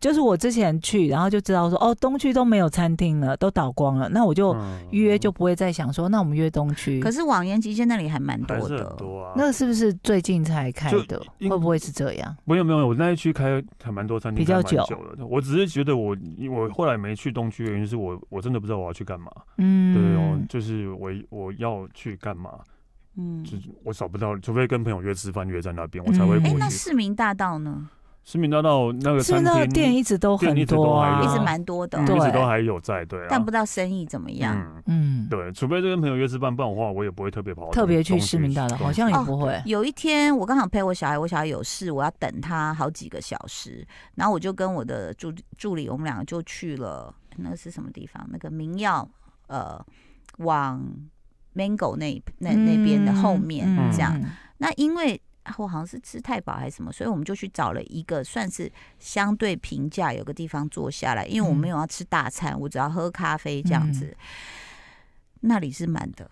[SPEAKER 3] 就是我之前去，然后就知道说，哦，东区都没有餐厅了，都倒光了，那我就
[SPEAKER 2] 嗯
[SPEAKER 3] 约就不会再想说，那我们约东区。
[SPEAKER 1] 可是往延吉街那里还蛮
[SPEAKER 2] 还
[SPEAKER 1] 多
[SPEAKER 2] 是
[SPEAKER 1] 的
[SPEAKER 2] 很，多啊。
[SPEAKER 3] 那是不是最近才开
[SPEAKER 2] 就
[SPEAKER 3] 的？
[SPEAKER 2] 因
[SPEAKER 3] 会不会是这样？
[SPEAKER 2] 没有没有，我那一区开还蛮多餐厅，
[SPEAKER 3] 比较
[SPEAKER 2] 开蛮
[SPEAKER 3] 久
[SPEAKER 2] 久的。我只是觉得我我后来没去东区，原因是我我真的不知道我要去干嘛。
[SPEAKER 3] 嗯，
[SPEAKER 2] 对哦，就是我我要去干嘛，
[SPEAKER 1] 嗯。
[SPEAKER 2] 就是我找不到，除非跟朋友约吃饭约在那边，我才会
[SPEAKER 3] 嗯
[SPEAKER 2] 过
[SPEAKER 1] 哎
[SPEAKER 2] 去。，
[SPEAKER 1] 那市民大道呢？
[SPEAKER 2] 市民大道那个
[SPEAKER 3] 是
[SPEAKER 2] 餐
[SPEAKER 3] 不是那个
[SPEAKER 2] 厅
[SPEAKER 3] 店一直都
[SPEAKER 2] 店
[SPEAKER 3] 很
[SPEAKER 2] 一直都
[SPEAKER 3] 多啊？
[SPEAKER 2] 还有
[SPEAKER 1] 一直蛮多的
[SPEAKER 2] 嗯
[SPEAKER 1] 哦，
[SPEAKER 2] 一直
[SPEAKER 3] 对
[SPEAKER 2] 都还有在，对啊。
[SPEAKER 1] 但不知道生意怎么样。
[SPEAKER 2] 嗯
[SPEAKER 3] 嗯，
[SPEAKER 2] 对，除非是跟朋友约吃饭，不然的话我也不会特别跑到
[SPEAKER 3] 特别去
[SPEAKER 2] 东区
[SPEAKER 3] 市民大
[SPEAKER 2] 东
[SPEAKER 3] 道
[SPEAKER 2] 区
[SPEAKER 3] 好像也
[SPEAKER 1] 哦
[SPEAKER 3] 不会。
[SPEAKER 1] 有一天，我刚好陪我小孩，我小孩有事，我要等他好几个小时，然后我就跟我的助助理，我们两个就去了那个是什么地方？那个明耀，呃，往 Mango 那那那边的后面、
[SPEAKER 3] 嗯
[SPEAKER 1] 这样。，
[SPEAKER 3] 嗯
[SPEAKER 1] 那因为啊我好像是吃太饱还是什么，所以我们就去找了一个算是相对平价有个地方坐下来，因为我
[SPEAKER 3] 嗯
[SPEAKER 1] 没有要吃大餐，我只要喝咖啡这样子。那里是满的，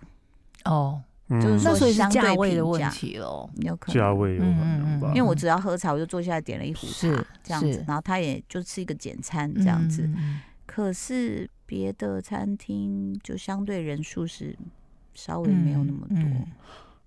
[SPEAKER 3] 哦，
[SPEAKER 2] 嗯
[SPEAKER 1] 就是
[SPEAKER 3] 那
[SPEAKER 1] 说
[SPEAKER 3] 所以是
[SPEAKER 1] 相对
[SPEAKER 3] 价位的
[SPEAKER 1] 平
[SPEAKER 3] 问
[SPEAKER 1] 价
[SPEAKER 3] 题喽。
[SPEAKER 1] 有可能
[SPEAKER 2] 价位有可能吧
[SPEAKER 3] 嗯嗯嗯
[SPEAKER 1] 因为我只要喝茶，我就坐下来点了一壶茶
[SPEAKER 3] 是，
[SPEAKER 1] 这样子
[SPEAKER 3] 是，
[SPEAKER 1] 然后他也就吃一个简餐这样子。
[SPEAKER 3] 嗯，嗯
[SPEAKER 1] 可是别的餐厅就相对人数是稍微没有那么多，
[SPEAKER 3] 嗯嗯嗯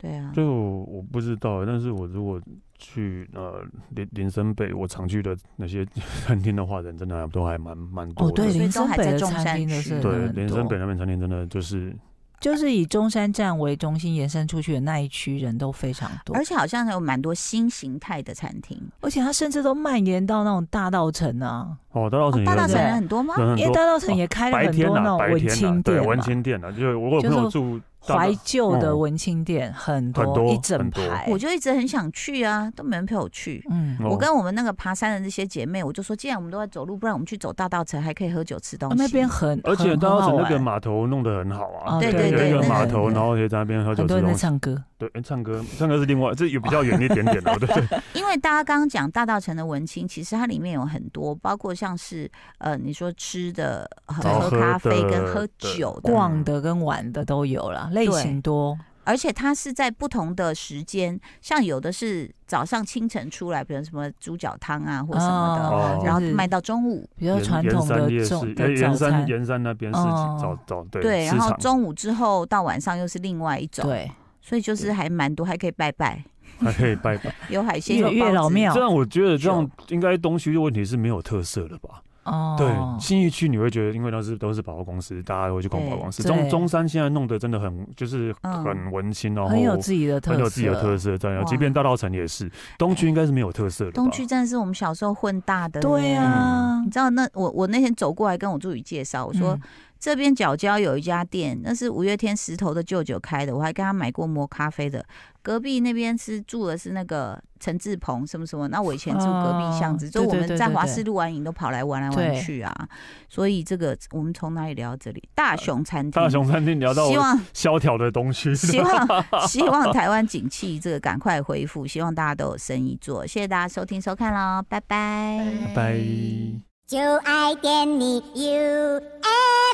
[SPEAKER 1] 对啊，
[SPEAKER 2] 这个我我不知道，但是我如果去呃林林森北，我常去的那些餐厅的话，人真的还都还蛮蛮多
[SPEAKER 3] 哦，
[SPEAKER 2] 的。
[SPEAKER 3] 对，
[SPEAKER 1] 所以
[SPEAKER 3] 林
[SPEAKER 1] 都
[SPEAKER 3] 森
[SPEAKER 1] 还
[SPEAKER 3] 北
[SPEAKER 1] 在
[SPEAKER 3] 的
[SPEAKER 1] 中山
[SPEAKER 3] 餐厅的
[SPEAKER 1] 区
[SPEAKER 3] 是
[SPEAKER 2] 对，
[SPEAKER 3] 很
[SPEAKER 2] 林森
[SPEAKER 3] 多
[SPEAKER 2] 北那边餐厅真的就是
[SPEAKER 3] 就是以中山站为中心延伸出去的那一区人都非常多，
[SPEAKER 1] 而且好像还有蛮多新形态的餐厅。
[SPEAKER 3] 而且它甚至都蔓延到那种大道城啊，
[SPEAKER 2] 哦，大道
[SPEAKER 1] 哦
[SPEAKER 2] 城也
[SPEAKER 1] 大
[SPEAKER 2] 有
[SPEAKER 1] 大
[SPEAKER 2] 人
[SPEAKER 1] 城
[SPEAKER 3] 对
[SPEAKER 1] 人很多吗？
[SPEAKER 2] 人很
[SPEAKER 3] 因为
[SPEAKER 2] 多。
[SPEAKER 3] 大道城也开了
[SPEAKER 2] 白
[SPEAKER 3] 很
[SPEAKER 2] 天
[SPEAKER 3] 多那
[SPEAKER 2] 呐、
[SPEAKER 3] 种
[SPEAKER 2] 白
[SPEAKER 3] 文
[SPEAKER 2] 天
[SPEAKER 3] 青
[SPEAKER 2] 呐、对
[SPEAKER 3] 店
[SPEAKER 2] 文
[SPEAKER 3] 嘛，
[SPEAKER 2] 青店呐、啊就是我有
[SPEAKER 3] 就
[SPEAKER 2] 朋友
[SPEAKER 3] 是
[SPEAKER 2] 住大
[SPEAKER 3] 怀
[SPEAKER 2] 道
[SPEAKER 3] 旧的
[SPEAKER 2] 嗯
[SPEAKER 3] 文青店很
[SPEAKER 2] 很多
[SPEAKER 3] 一整
[SPEAKER 2] 很多
[SPEAKER 3] 排
[SPEAKER 1] 我。就一直很想去啊，都没人陪我去。
[SPEAKER 3] 嗯，
[SPEAKER 2] 哦
[SPEAKER 1] 我跟我们那个爬山的这些姐妹，我就说，既然我们都在走路，不然我们去走大道城，还可以喝酒吃东西。
[SPEAKER 3] 哦那边很，
[SPEAKER 2] 而且
[SPEAKER 3] 很
[SPEAKER 2] 大稻
[SPEAKER 3] 很好
[SPEAKER 2] 城那个
[SPEAKER 3] 玩
[SPEAKER 2] 码头弄得很好啊，
[SPEAKER 3] 哦
[SPEAKER 1] 对对
[SPEAKER 2] 有
[SPEAKER 1] 对
[SPEAKER 2] 一个
[SPEAKER 1] 那个
[SPEAKER 2] 码
[SPEAKER 1] 很
[SPEAKER 2] 头，
[SPEAKER 3] 美
[SPEAKER 2] 然后可以在那边喝酒
[SPEAKER 3] 很多
[SPEAKER 2] 吃
[SPEAKER 3] 人在
[SPEAKER 2] 东西。
[SPEAKER 3] 唱歌，
[SPEAKER 2] 对，哎唱歌唱歌是另外，这有比较远一点点
[SPEAKER 3] *laughs*
[SPEAKER 2] 的，对对对
[SPEAKER 1] 因为大家刚刚讲大道城的文青，其实它里面有很多，包括像是呃，你说吃的、呃
[SPEAKER 2] 然
[SPEAKER 1] 喝
[SPEAKER 2] 后
[SPEAKER 1] 喝咖啡
[SPEAKER 2] 喝的
[SPEAKER 1] 跟喝酒的，
[SPEAKER 2] 对
[SPEAKER 3] 逛的跟玩的都有啦，类
[SPEAKER 1] 对
[SPEAKER 3] 型多。
[SPEAKER 1] 而且它是在不同的时间，像有的是早上清晨出来，比如什么猪脚汤啊或什么的，
[SPEAKER 2] 哦
[SPEAKER 1] 然后
[SPEAKER 3] 就是
[SPEAKER 1] 卖到中午，
[SPEAKER 3] 比较
[SPEAKER 2] 盐
[SPEAKER 3] 传
[SPEAKER 2] 盐
[SPEAKER 3] 统
[SPEAKER 2] 山
[SPEAKER 3] 的
[SPEAKER 2] 夜
[SPEAKER 3] 这
[SPEAKER 2] 市
[SPEAKER 3] 种，
[SPEAKER 2] 哎
[SPEAKER 3] 的早
[SPEAKER 2] 盐山
[SPEAKER 3] 餐，
[SPEAKER 2] 盐山那边是
[SPEAKER 3] 哦
[SPEAKER 2] 早早对
[SPEAKER 1] 对，
[SPEAKER 2] 市
[SPEAKER 1] 然后
[SPEAKER 2] 场
[SPEAKER 1] 中午之后到晚上又是另外一种，
[SPEAKER 3] 对，
[SPEAKER 1] 所以就是还蛮多，还可以拜拜，
[SPEAKER 2] 还可以拜
[SPEAKER 3] *laughs*
[SPEAKER 2] 拜。
[SPEAKER 1] 有海鲜，
[SPEAKER 3] 月
[SPEAKER 1] 有
[SPEAKER 3] 月
[SPEAKER 1] 包
[SPEAKER 3] 老
[SPEAKER 1] 子，
[SPEAKER 3] 庙
[SPEAKER 2] 这样我觉得这样应该东区的问题是没有特色的吧？
[SPEAKER 3] 哦，
[SPEAKER 2] 对，新义区你会觉得因为都是都是百货公司，大家会去逛百货公司。
[SPEAKER 3] 对
[SPEAKER 2] 中中山现在弄得真的很就是
[SPEAKER 1] 嗯
[SPEAKER 2] 很文青，然后
[SPEAKER 3] 很有自己的特色，
[SPEAKER 2] 很有自己的特色在。然后
[SPEAKER 1] 哇
[SPEAKER 2] 即便大稻城也是，东区应该是没有特色的吧。
[SPEAKER 1] 东区真的是我们小时候混大的，
[SPEAKER 3] 对
[SPEAKER 1] 呀、
[SPEAKER 3] 啊
[SPEAKER 1] 你，知道那我我那天走过来跟我助理介绍，我说、
[SPEAKER 3] 嗯
[SPEAKER 1] 这边角角有一家店，那是五月天石头的舅舅开的，我还跟他买过磨咖啡的。隔壁那边是住的是那个陈志鹏什么什么，那我以前住隔壁巷子，
[SPEAKER 3] 哦
[SPEAKER 1] 就我
[SPEAKER 3] 对对
[SPEAKER 1] 们
[SPEAKER 3] 对
[SPEAKER 1] 在
[SPEAKER 3] 对
[SPEAKER 1] 华
[SPEAKER 3] 对
[SPEAKER 1] 视录完影都跑来玩来玩
[SPEAKER 3] 对
[SPEAKER 1] 去啊。所以这个我们从哪里聊到这里？大熊餐厅，
[SPEAKER 2] 大熊餐厅聊到
[SPEAKER 1] 希
[SPEAKER 2] 我
[SPEAKER 1] 望
[SPEAKER 2] 萧条的东
[SPEAKER 1] *laughs*
[SPEAKER 2] 区，
[SPEAKER 1] 希望
[SPEAKER 2] *laughs*
[SPEAKER 1] 希望台湾景气这个赶快恢复，希望大家都有生意做。谢谢大家收听收看喽，拜拜
[SPEAKER 2] 拜拜。
[SPEAKER 4] 就爱点你 UFO。